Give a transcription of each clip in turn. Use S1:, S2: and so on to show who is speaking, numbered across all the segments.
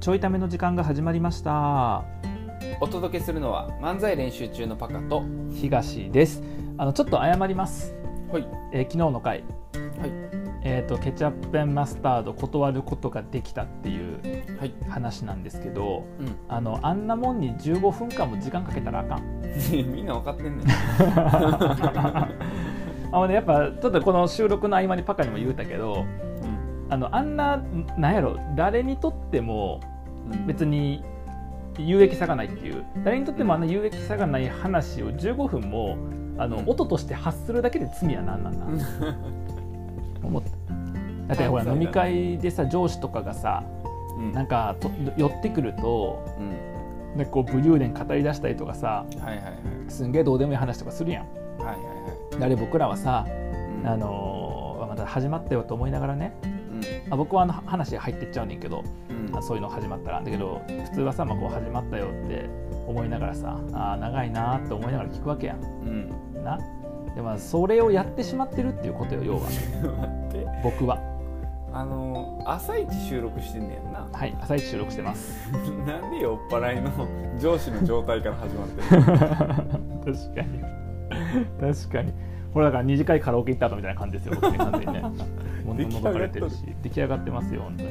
S1: ちょいための時間が始まりました
S2: お届けするのは漫才練習中のパカと
S1: 東ですあのちょっと謝ります、
S2: はい
S1: えー昨日の回
S2: はい
S1: えーとケチャップマスタード断ることができたっていう
S2: はい
S1: 話なんですけど
S2: う
S1: あのあんなもんに15分間も時間かけたらあかん
S2: ん みんな分かってんねん
S1: あのねやっぱちょっとこの収録の合間にパカにも言うたけどあのあんななんやろ誰にとっても
S2: うん
S1: 別に有益さがないっていう誰にとってもあの有益さがない話を15分もあの、
S2: うん
S1: 音として発するだけで罪はなんなんなん、思っただってほら
S2: そうだ
S1: 飲
S2: ね
S1: み会でさ上司とかがさ
S2: うん
S1: なんかと寄ってくると
S2: うん
S1: なんかこう武勇伝語り出したりとかさ
S2: はいはいはい
S1: すんげえどうでもいい話とかするやん。
S2: はいは
S1: であれ僕らはさ、
S2: いはいうん
S1: あのーまた始まったよと思いながらね、まあ、僕はあの話入ってっちゃうねんけど
S2: うん
S1: あそういうの始まったらだけど普通はさ、まあ、こう始まったよって思いながらさあー長いなーって思いながら聞くわけやん
S2: うんうん
S1: なでもそれをやってしまってるっていうことよ要は
S2: 待って
S1: 僕は
S2: あの朝一収録してんねやんな
S1: はい朝一収録してます
S2: なんで酔っ払いの上司の状態から始まって る
S1: 確かに確かにほらだから二次会カラオケ行った後みたいな感じですよ僕ね完 全にねもう飲まかれてるし出来上がってますよ本当に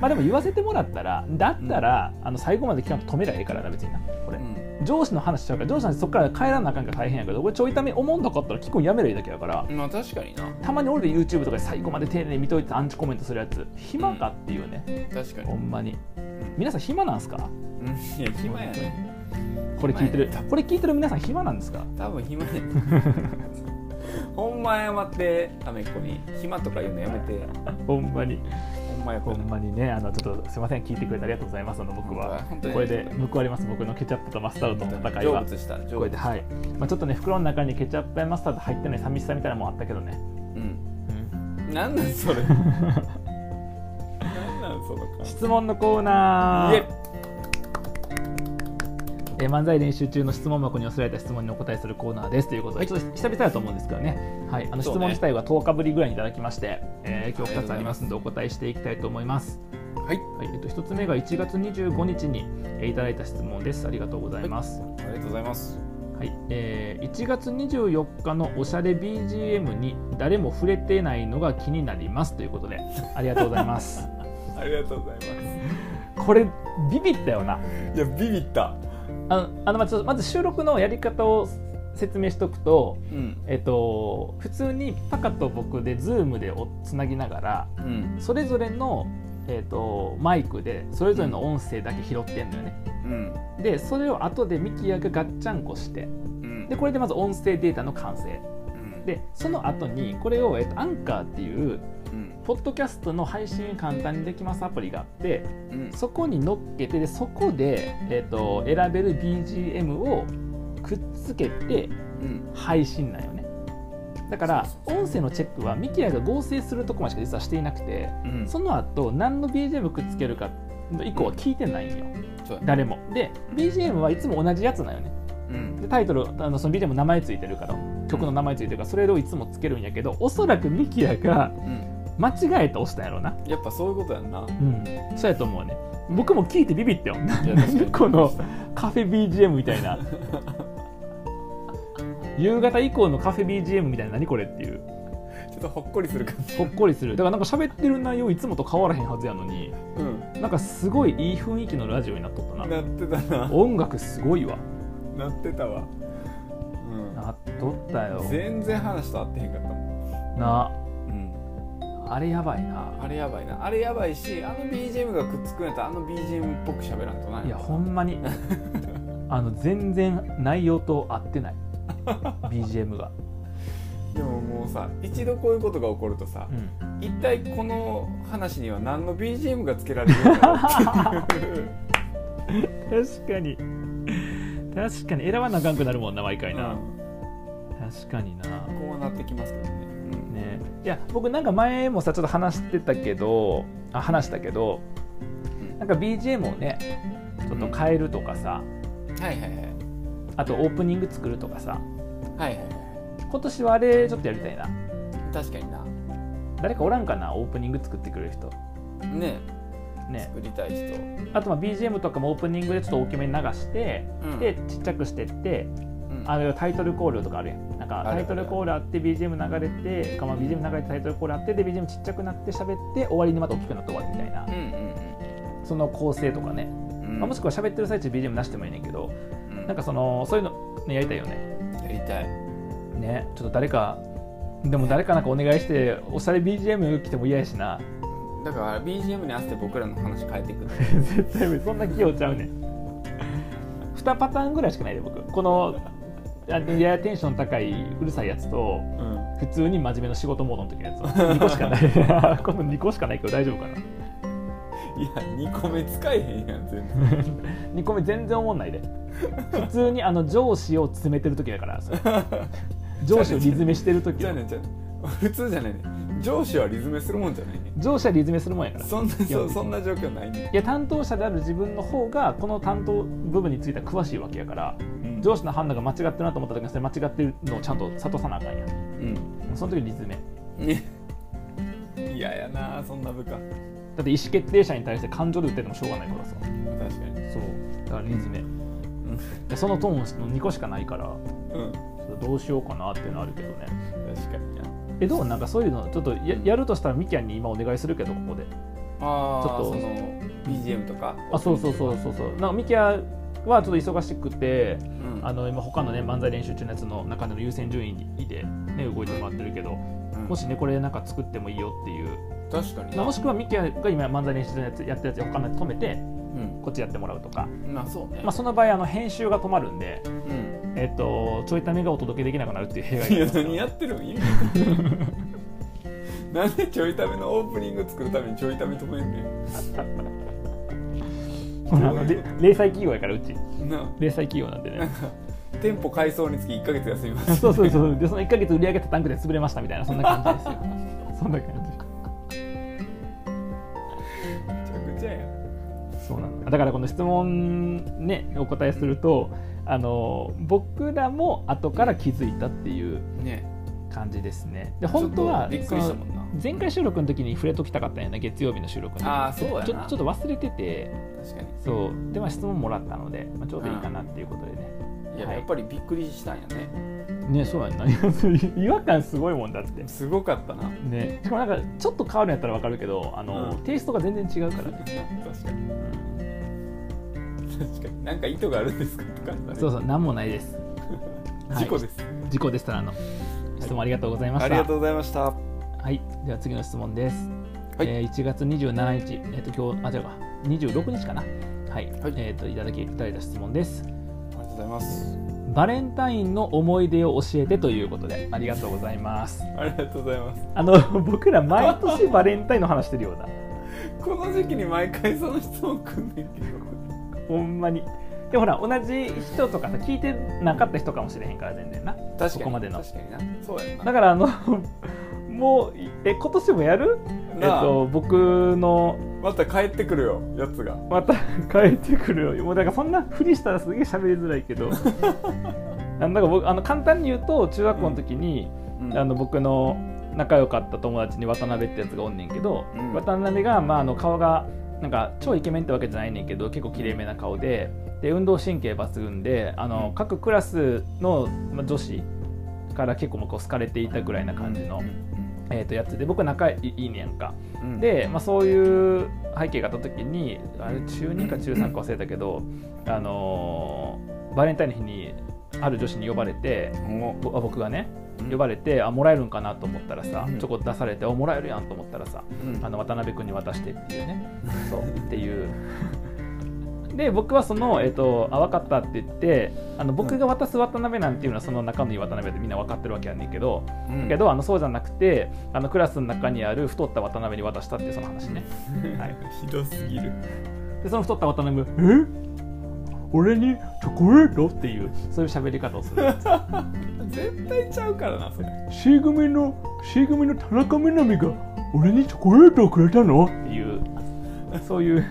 S1: まあでも言わせてもらったらだったら、あの最後まで期間止めりゃええからな別になこれ、
S2: う
S1: 上司の話しちゃうから上司の話そこから帰らなあかんから大変やけどこれちょいため思んなかったら聞くんやめりゃいいだけやから
S2: んまあ確かにな
S1: たまに俺で YouTube とかで最後まで丁寧に見といてアンチコメントするやつ暇かっていうね、
S2: 確か
S1: ほ
S2: に
S1: んまに皆さん暇なんすか
S2: うんいや暇やね
S1: これ聞いてる
S2: 暇や
S1: これ聞いてる皆さん暇なんですか
S2: 多分暇やねほん ま謝ってアメっ子に暇とか言うのやめて
S1: ほんまに
S2: ほんまや
S1: ほんまにねあのちょっとすいません聞いてくれてありがとうございますあの僕は
S2: 本当に
S1: これで報われます僕のケチャップとマスタードとの戦い
S2: 成
S1: は
S2: 仏した
S1: こ
S2: 成
S1: れ
S2: 仏
S1: ではい、まあ、ちょっとね袋の中にケチャップやマスタード入ってない寂しさみたいなのもあったけどね、
S2: うん
S1: うん
S2: なんなんそれなんなんその感じ
S1: 質問のコーナー
S2: イエ
S1: えー漫才練習中の質問箱に寄せられた質問にお答えするコーナーですということで、ちょっと久々だと思うんですけどね、はい、あの質
S2: そうね
S1: 問自体は10日ぶりぐらいにいただきまして、えー今日
S2: ありが
S1: 2つ
S2: とうござ
S1: あ
S2: い
S1: り
S2: ま
S1: ますすのでお答えしていきたいと思います。
S2: はい
S1: はいえっと、1つ目が1月25日にえーいただいた質問です。ありがとうございます。
S2: ありがとうございます
S1: はいえー1月24日のおしゃれ BGM に誰も触れてないのが気になりますということで、ありがとうございます。
S2: ありがとうござい ま
S1: これ、ビビったよな。
S2: すいやビビった
S1: あのあのまあちょっとまず収録のやり方を説明しておくと、
S2: うん
S1: えっと、普通にパカと僕で Zoom でおつなぎながら
S2: うん
S1: それぞれの、えっと、マイクでそれぞれの音声だけ拾ってんのよね。
S2: うん
S1: でそれを後でミキヤがガッチャンコして
S2: うん
S1: でこれでまず音声データの完成
S2: うん
S1: でその後にこれを、えっと、アンカーっていう
S2: うん
S1: ポッドキャストの配信簡単にできますアプリがあって
S2: うん
S1: そこに乗っけてでそこで、えっと選べる BGM をくっつけて
S2: うん
S1: 配信なんよねだから音声のチェックはミキヤが合成するとこまでしか実はしていなくて
S2: うん
S1: その後何の BGM くっつけるか以降は聞いてないんよ
S2: そうだ
S1: 誰もで BGM はいつも同じやつなんよね
S2: うん
S1: でタイトルあのその BGM 名前ついてるから曲の名前ついてるからそれをいつもつけるんやけどおそらくミキヤが
S2: うん
S1: 間違えて押したんやろうな
S2: やっぱそういうことやんな
S1: うんそうやと思うね僕も聞いてビビったよ
S2: いや確 かに
S1: このカフェ BGM みたい な夕方以降のカフェ BGM みたいな何これっていう
S2: ちょっとほっこりする感じ
S1: ほっこりするだからなんか喋ってる内容いつもと変わらへんはずやのに
S2: うん
S1: なんかすごいいい雰囲気のラジオになっとったな
S2: なってたな
S1: 音楽すごいわ
S2: なってたわ
S1: なっとった
S2: う
S1: よ
S2: ん全然話と合ってへんかったも
S1: なんあれやばいな
S2: あれやばいなあれやばいしあの BGM がくっつくんやったらあの BGM っぽく喋らんとない
S1: やほんまにあの全然内容と合ってない BGM が、
S2: でももうさ一度こういうことが起こるとさ
S1: う、ん、
S2: 一体この話には何の BGM がつけられるのかっていう
S1: 確かに確かに選ばなあかんくなるもんな毎回 な、
S2: うん
S1: 確かにな
S2: こうなってきますけどねうん
S1: ねいや僕なんか前もさちょっと話してたけどあ話したけど
S2: うん
S1: なんか BGM をねちょっと変えるとかさ、
S2: はいはいはい
S1: あとオープニング作るとかさ
S2: はいはいはい
S1: 今年はあれちょっとやりたいな
S2: 確かにな
S1: 誰かおらんかなオープニング作ってくれる人
S2: ね
S1: ね
S2: 作りたい人、
S1: あとまあ BGM とかもオープニングでちょっと大きめに流して、
S2: うん
S1: でちっちゃくしてって
S2: うん
S1: あのタイトルコールとかあるやんなんか
S2: ある
S1: タイトルコールあって BGM 流れてかまあ BGM 流れてタイトルコールあってで BGM ちっちゃくなって喋って終わりにまた大きくなって終わるみたいな
S2: うん
S1: その構成とかね、
S2: うんうん
S1: まあ、もしくは喋ってる最中 BGM なしてもいいねんけど
S2: うん
S1: なんかそのそういうの、ね、やりたいよね
S2: やりたい
S1: ねちょっと誰かでも誰かなんかお願いしておしゃれ BGM 来ても嫌やしな
S2: だから BGM に合わせて僕らの話変えていくの
S1: 絶対無理そんな器用ちゃうねん2パターンぐらいしかないで僕このあのややテンション高いうるさいやつと 普通に真面目な仕事モードの時のやつ2個しかない この2個しかないけど大丈夫かない
S2: や2個目使えへんやん全然
S1: 2個目全然思んないで普通にあの上司を詰めてる時だから それ上司をリズメしてる時
S2: じゃあねじゃあね普通じゃないね上司はリズメするもんじゃないね
S1: 上司はリズメするもんやからい
S2: そんなそうそんな状況ないね、
S1: や担当者である自分の方がこの担当部分については詳しいわけやから
S2: うん
S1: 上司の判断が間違ってるなと思った時にそれ間違ってるのをちゃんと諭さなあかんやん
S2: うん
S1: その時リズメ
S2: ねいややなそん な部下確
S1: だって意思決定者に対して感情で訴えてもしょうがないからさ
S2: かに
S1: そうだからリズメ、でそのトーンの2個しかないから
S2: うん
S1: どうしようかなっていうのはあるけどね
S2: 確かにな
S1: えどうなんかそういうのちょっとややるとしたらみきゃんに今お願いするけどここで
S2: あ
S1: ちょっ
S2: あ
S1: と
S2: その BGM とか
S1: あそうそうそうそうそうなんかみきゃはちょっと忙しくて
S2: うん
S1: あの今他のね漫才練習中のやつの中での優先順位にで、ね、動いてもらってるけど
S2: うん
S1: もしねこれなんか作ってもいいよっていう
S2: 確かに
S1: まあ
S2: な
S1: もしくはみきゃが今漫才練習中のやつやってるやつ他のやつ止めて
S2: うん
S1: こっちやってもらうとか、
S2: まあそうね
S1: まあ、その場合あの編集が止まるんで、
S2: うん
S1: えっとちょいためがお届けできなくなるっていう弊害があ
S2: い
S1: り
S2: や
S1: ますから
S2: 何やってるん意味 なんでちょいためのオープニング作るためにちょいため止めんねん
S1: あのれ零細企業やからうち
S2: な
S1: 零細企業なんで ね
S2: 店舗改装につき1か月休みます
S1: そうそうそうでその1か月売り上げたタンクで潰れましたみたいなそんな感じですよ そんな感
S2: めちゃくちゃやん
S1: じそうなのだからこの質問ねお答えするとあの僕らも後から気づいたっていう
S2: ね
S1: 感じですねで本当は
S2: ちょっとびっくりしたもんな
S1: その前回収録の時に触れときたかったんやな月曜日の収録の時
S2: あーそうやな
S1: ちょちょっと忘れてて
S2: 確かに
S1: そうでまあ質問もらったので、まあ、ちょうどいいかなっていうことでね、
S2: いや、
S1: はい
S2: やっぱりびっくりしたんやね
S1: ねそうやんな 違和感すごいもんだって
S2: すごかったな
S1: ねしかもなんかちょっと変わるんやったらわかるけどあの、
S2: うん
S1: テイストが全然違うからね
S2: 確かに確かになんか意図があるんですかとかあったね
S1: そうそう何もないですはい
S2: 事故です、
S1: 事故でしたらあの質問ありがとうございまし
S2: あ
S1: た
S2: りがとうございました
S1: はいでは次の質問です、
S2: はい
S1: えー1月27日えっ、と今日あ違うか26日かなはい、
S2: はい
S1: えっ、といただきいただいた質問です
S2: ありがとうございます
S1: バレンタインの思い出を教えてということでありがとうございます
S2: ありがとうございます
S1: あの 僕ら毎年バレンタインの話してるような
S2: この時期に毎回その質問くんねんけど
S1: ほんまにでもほら同じ人とかさ聞いてなかった人かもしれへんから全然な
S2: 確かに
S1: そこまでの
S2: 確かになそうやんな
S1: だからあの もうえ今年もやるえっ
S2: なあ
S1: と僕の
S2: また帰ってくるよやつが
S1: また 帰ってくるよもうだからそんなふりしたらすげえ喋りづらいけ どあのだから僕あの簡単に言うと中学校の時に、あの僕の仲良かった友達に渡辺ってやつがおんねんけど、
S2: うん
S1: 渡辺が、まあ、あの顔がなんか超イケメンってわけじゃないねんけど結構きれいめな顔でで運動神経抜群であの、
S2: うん
S1: 各クラスのまあ女子から結構もうこう好かれていたぐらいな感じの、
S2: うん
S1: えー、とやつで僕仲いいいねやんか。
S2: うん
S1: で、まあ、そういう背景があった時にあれ中2か中3か忘れたけど、あのーバレンタインの日にある女子に呼ばれて
S2: お
S1: ぼあ僕がね呼ばれてあもらえるんかなと思ったらさ、
S2: うん
S1: チョコ出されてあもらえるやんと思ったらさ
S2: うん
S1: あの渡辺君に渡してっていうねそうっていう。で僕はその、えっと「あ分かった」って言ってあの僕が渡す渡辺なんていうのはその仲のいい渡辺でみんな分かってるわけやねんけど、
S2: うん
S1: けどあのそうじゃなくてあのクラスの中にある太った渡辺に渡したっていうその話ねはい
S2: ひどすぎる
S1: でその太った渡辺が「え俺にチョコレート?」っていうそういう喋り方をする
S2: 絶対ちゃうからなそれ
S1: C 組の C 組の田中みな実が俺にチョコレートをくれたのっていうそういう、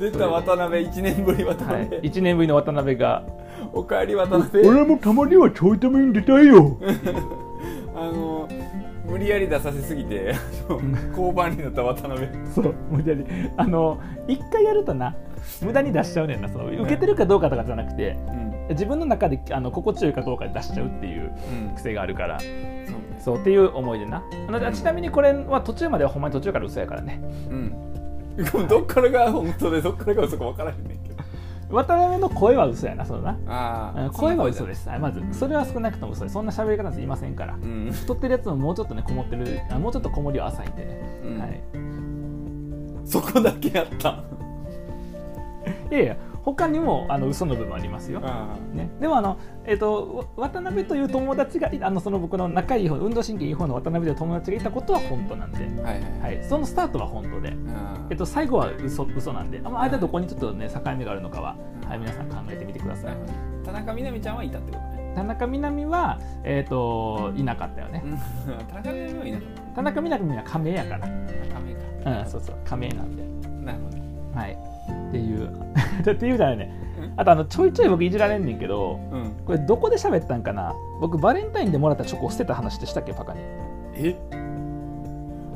S2: 出た渡辺1年ぶり渡
S1: はい、
S2: 辺、
S1: 1年ぶりの渡辺が
S2: おかえり渡
S1: 「俺
S2: 辺
S1: もたまにはちょいために出たいよ」
S2: あの無理やり出させすぎてあの
S1: うん
S2: 交番になった渡辺
S1: そう無理やりあの一回やるとな無駄に出しちゃうねんなその受けてるかどうかとかじゃなくて
S2: うん
S1: 自分の中であの心地よいかどうかで出しちゃうっていう
S2: うん
S1: 癖があるから
S2: そう
S1: そうっていう思い出なあのちなみにこれは途中まではほんまに途中から嘘やからね
S2: うんでもどっからが本当でどっからが嘘か分からへんねんけど
S1: 渡辺の声は嘘やなそうだ
S2: あ
S1: なうん
S2: あ
S1: 声は嘘ですすはいまずそれは少なくとも嘘ですそんな喋り方なんていませんから
S2: うん
S1: 太ってるやつももうちょっとねこもってるあもうちょっとこもりは浅いんでね、
S2: うん
S1: はい、
S2: そこだけやった
S1: いやいや他にもあの嘘の部分ありますよ、
S2: あ
S1: ね、でもあの、えー、とわ渡辺という友達がいあのその僕の仲いい方運動神経いい方の渡辺という友達がいたことは本当なんで、
S2: あはいはい
S1: はいい、そのスタートは本当で、
S2: あ
S1: えっ
S2: ー
S1: と、最後は嘘嘘なんであまあ間どこにちょっと、ね、境目があるのかは、はい、皆さん考えてみてください
S2: 田中みな実ちゃんはいたってことね
S1: 田中みな実は、えー、といなかったよね
S2: うん田中みな実はいなかっ
S1: 田中みな実は仮名やか
S2: たダメ
S1: ら、うん、そうそう仮名なんで、
S2: かなるほど
S1: はい、っていうっていうじゃ ないねあとあのちょいちょい僕いじられんねんけど
S2: うん
S1: これどこで喋ったんかな僕バレンタインでもらったチョコを捨てた話でしたっけパカに
S2: え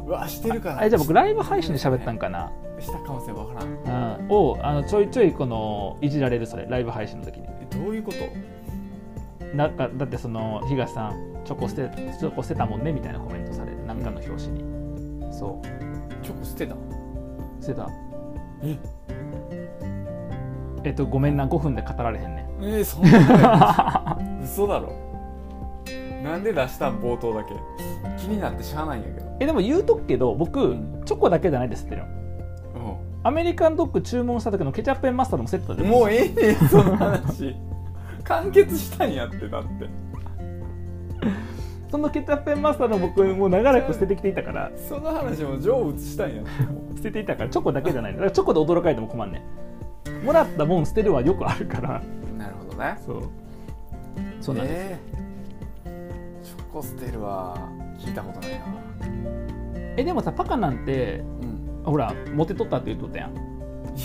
S2: うわしてるかな
S1: あじゃあ僕ライブ配信で喋ったんかな、
S2: したかもしれん分からん
S1: うん、をあのちょいちょいこのいじられるそれライブ配信の時に
S2: えどういうこと
S1: なんかだってその東さんチョコ捨てチョコ捨てたもんねみたいなコメントされてなんかの表紙にそう
S2: チョコ捨てた
S1: 捨てた
S2: え
S1: えっとごめんな5分で語られへんねん
S2: えー、そんな 嘘だろなんで出したん冒頭だけ気になってしゃあないんやけど
S1: えでも言うとくけど僕、
S2: うん
S1: チョコだけじゃないですってるのアメリカンドッグ注文した時のケチャップマスタードもセット
S2: うん
S1: で
S2: もうええねんそ の話完結したんやってだって
S1: そのケチャップマスタード僕もう長らく捨ててきていたから
S2: その話も成仏したんやっても
S1: 捨てていたからチョコだけじゃないのだからチョコで驚かれても困んねんもらったもん捨てるはよくあるから
S2: うなるほどね
S1: そうそうなんです、
S2: えーチョコ捨てるは聞いたことないな
S1: えでもさパカなんて
S2: うん
S1: ほらモテとったって言っとったやん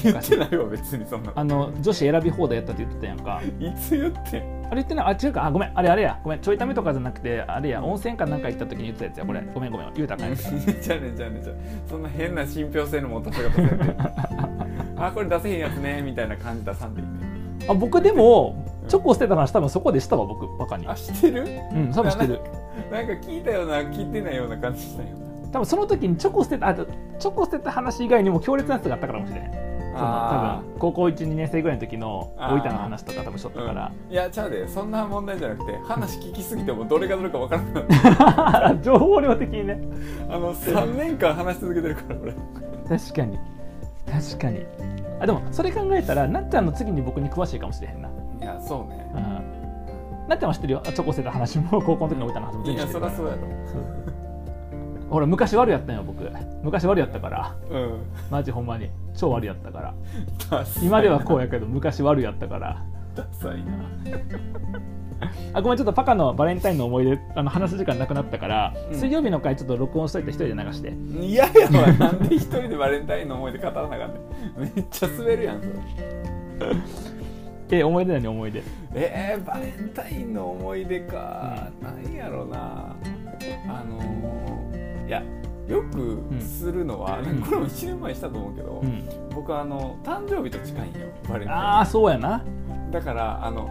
S2: 言ってないわ別にそんな
S1: あの女子選び放題やったって言っとったやんか
S2: いつ言ってん
S1: あれ言ってないあ違うかあごめんあれあれやごめんちょいためとかじゃなくてあれや温泉かなんか行った時に言ってたやつやこれごめんごめん言うたらあかんやつや
S2: じゃあねじゃあねじゃあそんな変な信憑性の持たせ方せ んであこれ出せへんやつねみたいな感じ出さんでいいね
S1: あ僕でもチョコ捨てた話多分そこでしたわ僕バカに
S2: あしてる
S1: うん多分してる
S2: なんか聞いたような聞いてないような感じしたような
S1: 多分その時にチョコ捨てたあチョコ捨てた話以外にも強烈なやつがあったからもしれないその多
S2: あ
S1: 分高校12年生ぐらいの時の
S2: あー
S1: 大分の話とか多分しとった
S2: ー
S1: から
S2: うんいやちゃうでそんな問題じゃなくて話聞きすぎてもうどれがどれか分からなくなる
S1: 情報量的にね
S2: あの3年間話し続けてるから俺
S1: 確かに確かにあでもそれ考えたらなっちゃんの次に僕に詳しいかもしれへんな、
S2: いやそうね
S1: うん、なっちゃんは知ってるよあチョコ捨てた話 も高校の時の大分の話も全
S2: い
S1: 部知
S2: や
S1: って
S2: そ
S1: る
S2: り
S1: か
S2: ゃ
S1: ら
S2: そうやろ
S1: 俺昔悪やったんよ僕昔悪やったから
S2: うん
S1: マジほんまに超悪やったから
S2: ダサい
S1: 今ではこうやけど昔悪やったから
S2: ダサいな
S1: あごめんちょっとパカのバレンタインの思い出あの話す時間なくなったから、
S2: うん
S1: 水曜日の回ちょっと録音しといて一人で流して
S2: 嫌ややわなんで一人でバレンタインの思い出語らなかっためっちゃ滑るやんそれ
S1: え思い出なに思い出
S2: えー、バレンタインの思い出か、なんやろなあのーいやよくするのは、
S1: うん
S2: これも1年前にしたと思うけど、
S1: うん
S2: 僕あの誕生日と近いんよバレン
S1: あ
S2: タ
S1: あそうやな
S2: インだからあの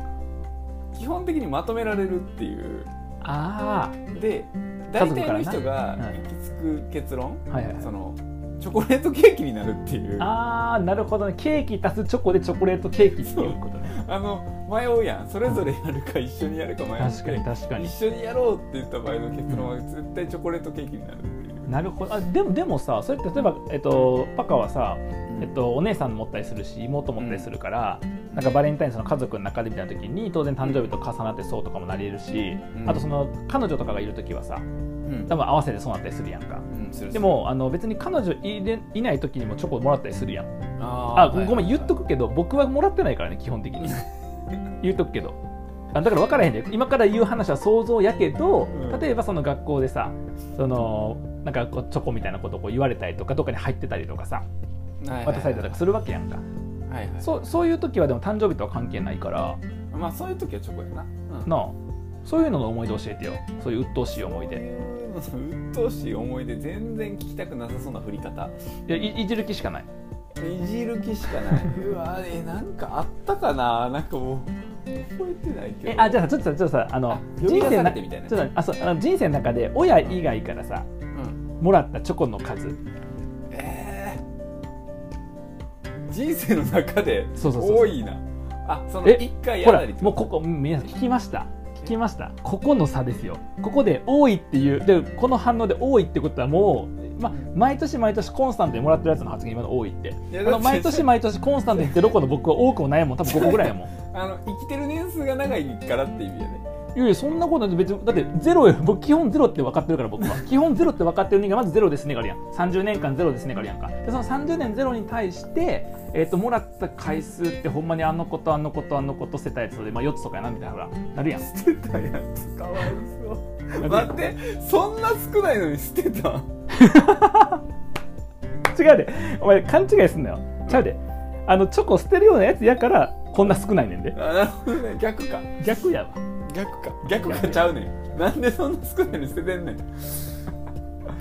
S2: 基本的にまとめられるっていう
S1: あ
S2: で
S1: 家
S2: 大
S1: 族から
S2: 体
S1: な
S2: の人が
S1: うん
S2: 行き着く結論、
S1: あはいはいはい
S2: そのチョコレートケーキになるっていうあ
S1: あーなるほどねケーキ足すチョコでチョコレートケーキっていうことね
S2: の迷うやんそれぞれやるか一緒にやるか迷う
S1: 確かに確かに
S2: 一緒にやろうって言った場合の結論は絶対チョコレートケーキになるっていう、
S1: なるほどあでもでもさそれって例えば、えっと、パカはさ、えっ
S2: っ
S1: と、お姉さん持ったりするし妹持ったりするから、なんかバレンタインその家族の中でみたいな時に当然誕生日と重なってそうとかもなり得るし、
S2: うん
S1: あとその彼女とかがいる時はさ
S2: うん
S1: 多分合わせてそうなったりするやんか
S2: うんする
S1: でもあの別に彼女いれいない時にもチョコもらったりするやん
S2: する
S1: あ
S2: あー
S1: ごごめん言っとくけど僕はもらってないからね基本的に 言っとくけどあだから分からへんで今から言う話は想像やけど、
S2: うん
S1: 例えばその学校でさそのなんかこうチョコみたいなことをこう言われたりとかどっかに入ってたりとかさ
S2: はいはいはい
S1: 渡されたりとかするわけやんか、
S2: はいはい
S1: そうそういう時はでも誕生日とは関係ないから
S2: まあそういう時はチョコやな、うん
S1: なあそういうのの思い出教えてよそういう鬱陶しい思い出
S2: そういう鬱陶しい思い出全然聞きたくなさそうな振り方
S1: いやいいじる気しかない
S2: いじる気しか ないうわえなんかあったかななんかもう覚えてないけど
S1: えあじゃあさちょっとさちょっとさあの
S2: あ
S1: 人生の
S2: 呼び出されてみたいな
S1: ちょっとあそうあの人生の中で親以外からさ
S2: うん
S1: もらったチョコの数
S2: えー人生の中で
S1: そうそうそうそう
S2: 多いなあその
S1: え
S2: 一回
S1: ほ
S2: や
S1: ら
S2: らりって
S1: もう
S2: と
S1: ここうん皆さん聞きました聞きましたここの差ですよここで多いっていうでこの反応で多いってことはもう、ま、毎年毎年コンスタントにもらってるやつの発言今の多いって
S2: いや
S1: あ
S2: だっ
S1: の
S2: て
S1: 毎年毎年コンスタントに言ってる子の僕は多くもないもん多分5個ぐらいやもん
S2: あの生きてる年数が長いからって意味やね
S1: いやいやそんなことない別にだってゼロよ 僕基本ゼロって分かってるから僕 は基本ゼロって分かってる人間まずゼロですねがあるやん30年間ゼロですねがあるやんかでその30年ゼロに対して、えー、ともらった回数ってほんまにあの子とあの子とあの子と捨てたやつで、まあ、4つとかやなみたいなほらなるやん
S2: 捨てたやつかわいそう 待ってそんな少ないのに捨てた
S1: 違うでお前勘違いすんなよちゃうであのチョコ捨てるようなやつやからこんな少ないねんで
S2: あなるほどね逆か
S1: 逆やわ
S2: 逆か逆かちゃうねんなんでそんな少ないのに捨ててんねん め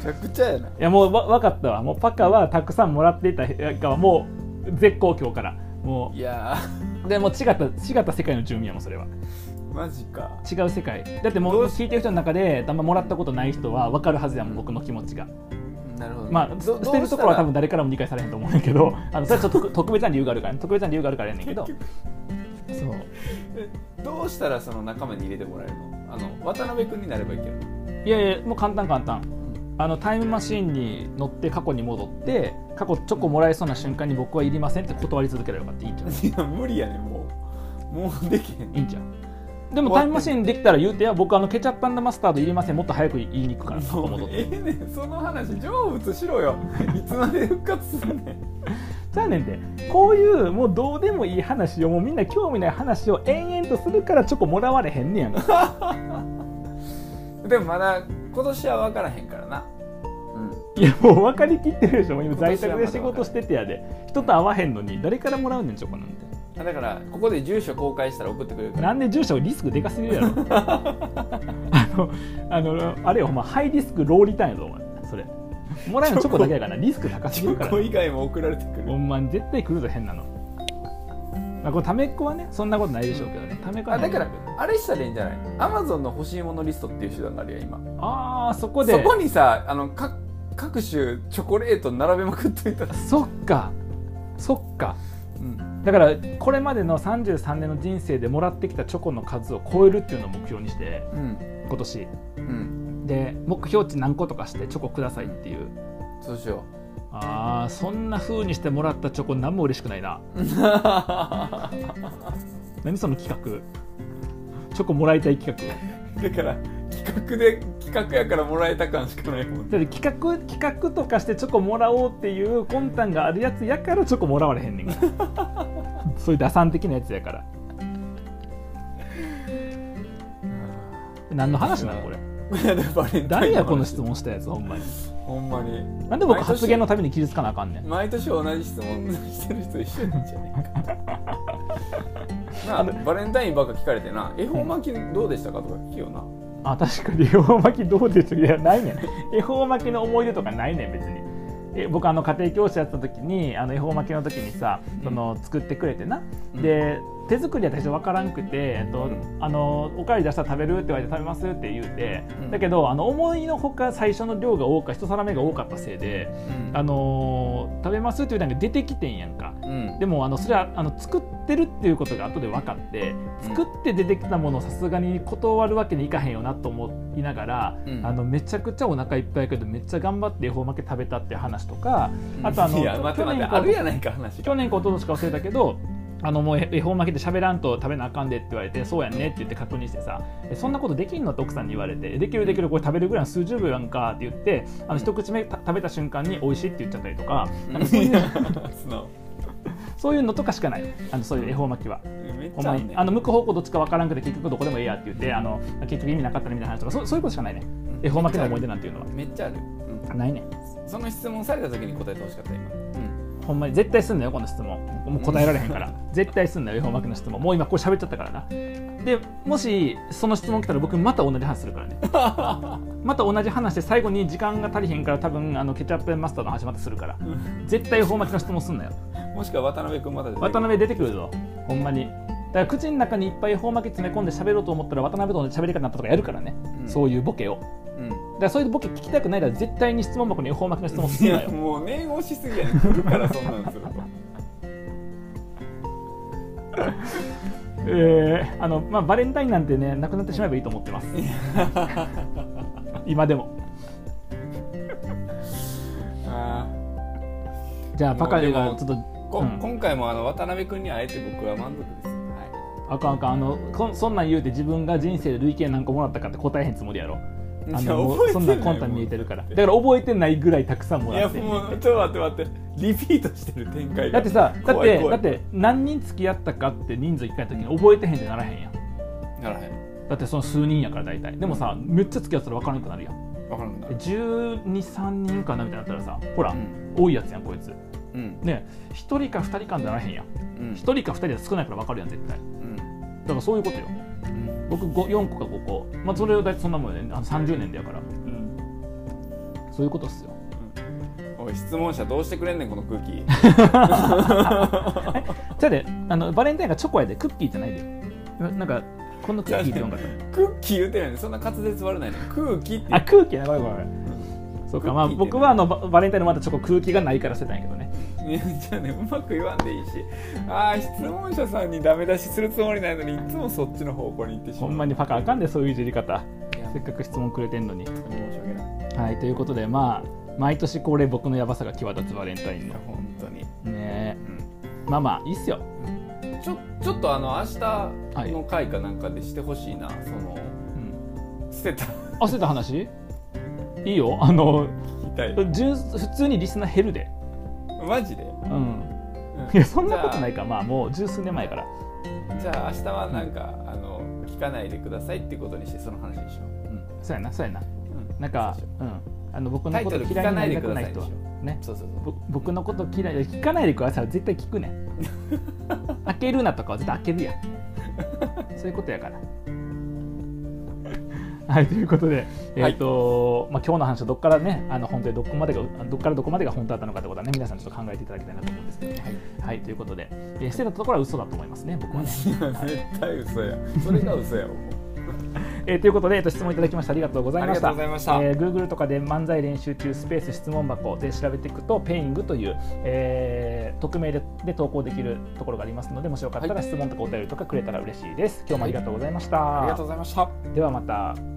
S2: ちゃくちゃやない
S1: やもうわ分かったわもうパカはたくさんもらっていたがもう絶好調からも
S2: いや
S1: うでもう違った違った世界の住民やもんそれは
S2: ーマジか
S1: 違う世界だっても
S2: ど
S1: う
S2: うし
S1: 聞いてる人の中であんまもらったことない人は分かるはずやもん僕の気持ちが
S2: なるほど
S1: まあ捨てるところは多分誰からも理解されへんと思うんやけどあのそれはちょっと特 特別な理由があるからね特別な理由があるからやねんけ どそう
S2: どうしたらその仲間に入れてもらえるのあの渡辺君になればいいける
S1: いやいやもう簡単簡単あのタイムマシンに乗って過去に戻って過去チョコもらえそうな瞬間に僕はいりませんって断り続ければよかっていいんちゃう
S2: いや無理やねんもうもうできへん
S1: いいんちゃうでもタイムマシンできたら言うてや僕あのケチャップマスタードいりませんもっと早く言いに行くから過去
S2: も
S1: 戻
S2: う
S1: って
S2: ええねんその話成仏しろよいつまで復活すんねん
S1: じゃあねんてこういうもうどうでもいい話をもうみんな興味ない話を延々とするからチョコもらわれへんね やんか
S2: でもまだ今年は分からへんからな、
S1: いやもう分かりきってるでしょもう今在宅で仕事しててやで人と会わへんのに誰からもらうねんチョコなんて
S2: あだからここで住所公開したら送ってくれる から
S1: なんで住所リスクでかすぎるや ろあのあのあれよお前ハイリスクローリターンやぞお前それもらえるのチョコだけやからなリスク高す
S2: チ
S1: ぎるから
S2: ョコ以外も送られてく
S1: ほ
S2: る
S1: んまに絶対来るぞ変なの、まあ、このためっこはねそんなことないでしょうけどねためっこは
S2: あ
S1: な
S2: だ
S1: い
S2: からあれしたらいいんじゃないアマゾンの欲しいものリストっていう手段があるよ今
S1: ああそこで
S2: そこにさあのか各種チョコレート並べまくっといたら、
S1: そっかそっか
S2: うん、
S1: だからこれまでの33年の人生でもらってきたチョコの数を超えるっていうのを目標にして
S2: うん
S1: 今年
S2: うん
S1: で目標値何個とかしてチョコくださいっていう
S2: そうしよ
S1: あーそんな風にしてもらったチョコ何も嬉しくないな
S2: う だ
S1: 何その企画チョコもらいたい企画
S2: から企画で企画やからもらえた感しかないもん
S1: だって企画企画とかしてチョコもらおうっていう魂胆があるやつやからチョコもらわれへんねんから そういう打算的なやつやから何の話なのこれ
S2: いやでもバレンタイ ン
S1: 誰やこの
S2: 話
S1: 質問したやつほんまに
S2: ほんまに
S1: なんで僕発言のために傷つかなあかんねん
S2: 毎年同じ質問してる人一緒な んじゃねえかなあバレンタインばっか聞かれてな「恵方巻きどうでしたか?」とか聞くよな
S1: あ確かに恵 方巻きどうでしたいやないねん恵方巻きの思い出とかないねん別にえ僕あの家庭教師やった時にあの恵方巻きの時にさその作ってくれてな、
S2: うん
S1: で手作りやった人分からんくて、えっと
S2: うん
S1: あの「おかわり出したら食べる?」って言われて「食べます?」って言うて、
S2: うん
S1: だけどあの思いのほか最初の量が多か一皿目が多かったせいで「あのー食べます?」って言うたんが出てきてんやんか。
S2: うん
S1: でもあのそれはあの作ってるっていうことが後で分かって作って出てきたものをさすがに断るわけにいかへんよなと思いながら、
S2: うん
S1: あのめちゃくちゃお腹いっぱいやけどめっちゃ頑張って恵方巻き食べたっていう話とかあとあの
S2: いや待って待ってあるやないか話
S1: 去年か一昨年か忘れたけどあのもう恵方巻きで喋らんと食べなあかんでって言われてそうやんねって言って確認してさえそんなことできんのって奥さんに言われてできるできるこれ食べるぐらいの数十秒やんかって言ってあの一口目た食べた瞬間に美味しいって言っちゃったりとかなんかそう
S2: い
S1: いう
S2: や素直
S1: そういうのとかしかないあのそういう恵方巻きは。
S2: めっ
S1: ほん
S2: ちゃ
S1: ま
S2: あ
S1: に
S2: んねん
S1: あの向く方向どっちかわからんくて結局どこでもええやって言ってあの結局意味なかったねみたいな話とかそうそういうことしかないね恵方巻きの思い出なんていうのは
S2: めっちゃある、うん
S1: ないね
S2: その質問された時に答えてほしかった今、
S1: ほんまに絶対すんなよこの質問もう答えられへんから絶対すんなよ恵方巻きの質問もう今こう喋っちゃったからなでもしその質問来たら僕また同じ話するから ねまた同じ話して最後に時間が足りへんから多分あのケチャップマスターの話またするから絶対本町の質問すんなよ
S2: もしくは渡辺君また出てくる
S1: 渡辺出てくるぞほんまにだから口の中にいっぱい本巻き詰め込んで喋ろうと思ったら渡辺との喋り方になったとかやるからね、
S2: うん
S1: そういうボケをだからそういうボケ聞きたくないなら絶対に質問箱に本巻きの質問
S2: うん
S1: す
S2: い
S1: んな
S2: や
S1: よ
S2: もう念押しすぎやね来るからそんなんすると
S1: えーあのまあ、バレンタインなんてねなくなってしまえばいいと思って ます今でも
S2: あー
S1: じゃあバカリが
S2: もう
S1: ち
S2: で
S1: ょっ
S2: も
S1: と
S2: こ
S1: うん
S2: 今回もあの渡辺君に会えて僕は満足です
S1: あかんあかんあのこんそんなん言うて自分が人生で累計なんかもらったかって答えへんつもりやろ
S2: は
S1: あ
S2: いい
S1: の
S2: や
S1: も
S2: 覚え
S1: う
S2: て
S1: そんなんコンタ見えてるから
S2: も
S1: だ
S2: う
S1: から覚えてないぐらいたくさんも
S2: い
S1: ら
S2: や
S1: って
S2: もうちょっと待って待ってリピートしてる展開
S1: だ
S2: が
S1: ってさだっ
S2: 怖い
S1: て
S2: 怖
S1: だ
S2: い
S1: って何人付き合ったかって人数1回の時に覚えてへんってならへんやん
S2: ならへん
S1: だってその数人やから大体でもさめっちゃ付き合ったら分からなくなるやん
S2: 分からんくなる
S1: 123人かなみたいになったらさほら、
S2: うん
S1: 多いやつやんこいつ
S2: うん
S1: ね1人か2人かにならへんやん
S2: うん
S1: 1人か2人は少ないから分かるやん絶対
S2: うん
S1: だからそういうことよ
S2: うん
S1: 僕ご4個か5個まあそれを大体そんなもんやねあの30年だから
S2: うん
S1: そういうことっすよ
S2: おい質問者どうしてくれんねんこの空 気
S1: じゃあであのバレンタインがチョコやでクッキーじゃないでななんかこんなクッキーって言わんかった
S2: 空気言うてないねそんな滑舌悪ないね空気って
S1: あ空気やごめんごめんそうかまあ
S2: クッキーってね
S1: 僕はあのババレンタインのまだチョコ空気がないからしてたんやけどね
S2: いや じゃあねうまく言わんでいいしああ質問者さんにダメ出しするつもりないのにいつもそっちの方向に行ってしま
S1: ほ
S2: うん
S1: まにパカあかんでそういういじり方
S2: いや
S1: せっかく質問くれてんのに
S2: 本当に申し訳ない
S1: はいということでまあ毎年恒例僕のヤバさが際立つバレンタイン
S2: いや
S1: の
S2: 本当に、
S1: ね
S2: う
S1: えまあまあいいっすよ
S2: ん、ちょちょっとあの明
S1: はい
S2: 日の回かなんかでしてほしいな、その
S1: うん
S2: 捨てた
S1: あ捨てた話いいよあの
S2: 聞きた い
S1: 純普通にリスナー減るで
S2: マジで、
S1: うん
S2: う
S1: いやそんなことない
S2: じ
S1: かまあもう十数年前から
S2: ゃあじゃあ明日はなんか、あの聞かないでくださいってことにしてその話にしよ
S1: そうやなそうやな
S2: う、うん
S1: なんかうんあの僕のこと
S2: タイトル
S1: 嫌いになりたくない
S2: 聞かないでく
S1: 人
S2: だ
S1: は
S2: さいで
S1: ね
S2: そうそうそう
S1: ぼ僕のこと嫌いいや聞かないでくださいは絶対聞くね 開けるなとかは絶対開けるやんそういうことやからはいということで、え
S2: はい
S1: ーとまあ、今日の話はどっからねあの本当にどこまでがどっからどこまでが本当だったのかってことはね皆さんちょっと考えていただきたいなと思うんですけどね
S2: はい
S1: はいということで、えー、捨てたところは嘘だと思いますね僕はね、
S2: いや絶対嘘やそれが嘘やもう
S1: えーということで、えーと質問いただきましてありがとうございました
S2: ありがとうございました
S1: えー Google とかで漫才練習中スペース質問箱で調べていくとペイングという、えー匿名でで投稿できるところがありますのでもしよかったら
S2: は
S1: 質問とかお便りとかくれたら嬉しいです今日もありがとうございました、
S2: ありがとうございました
S1: ではまた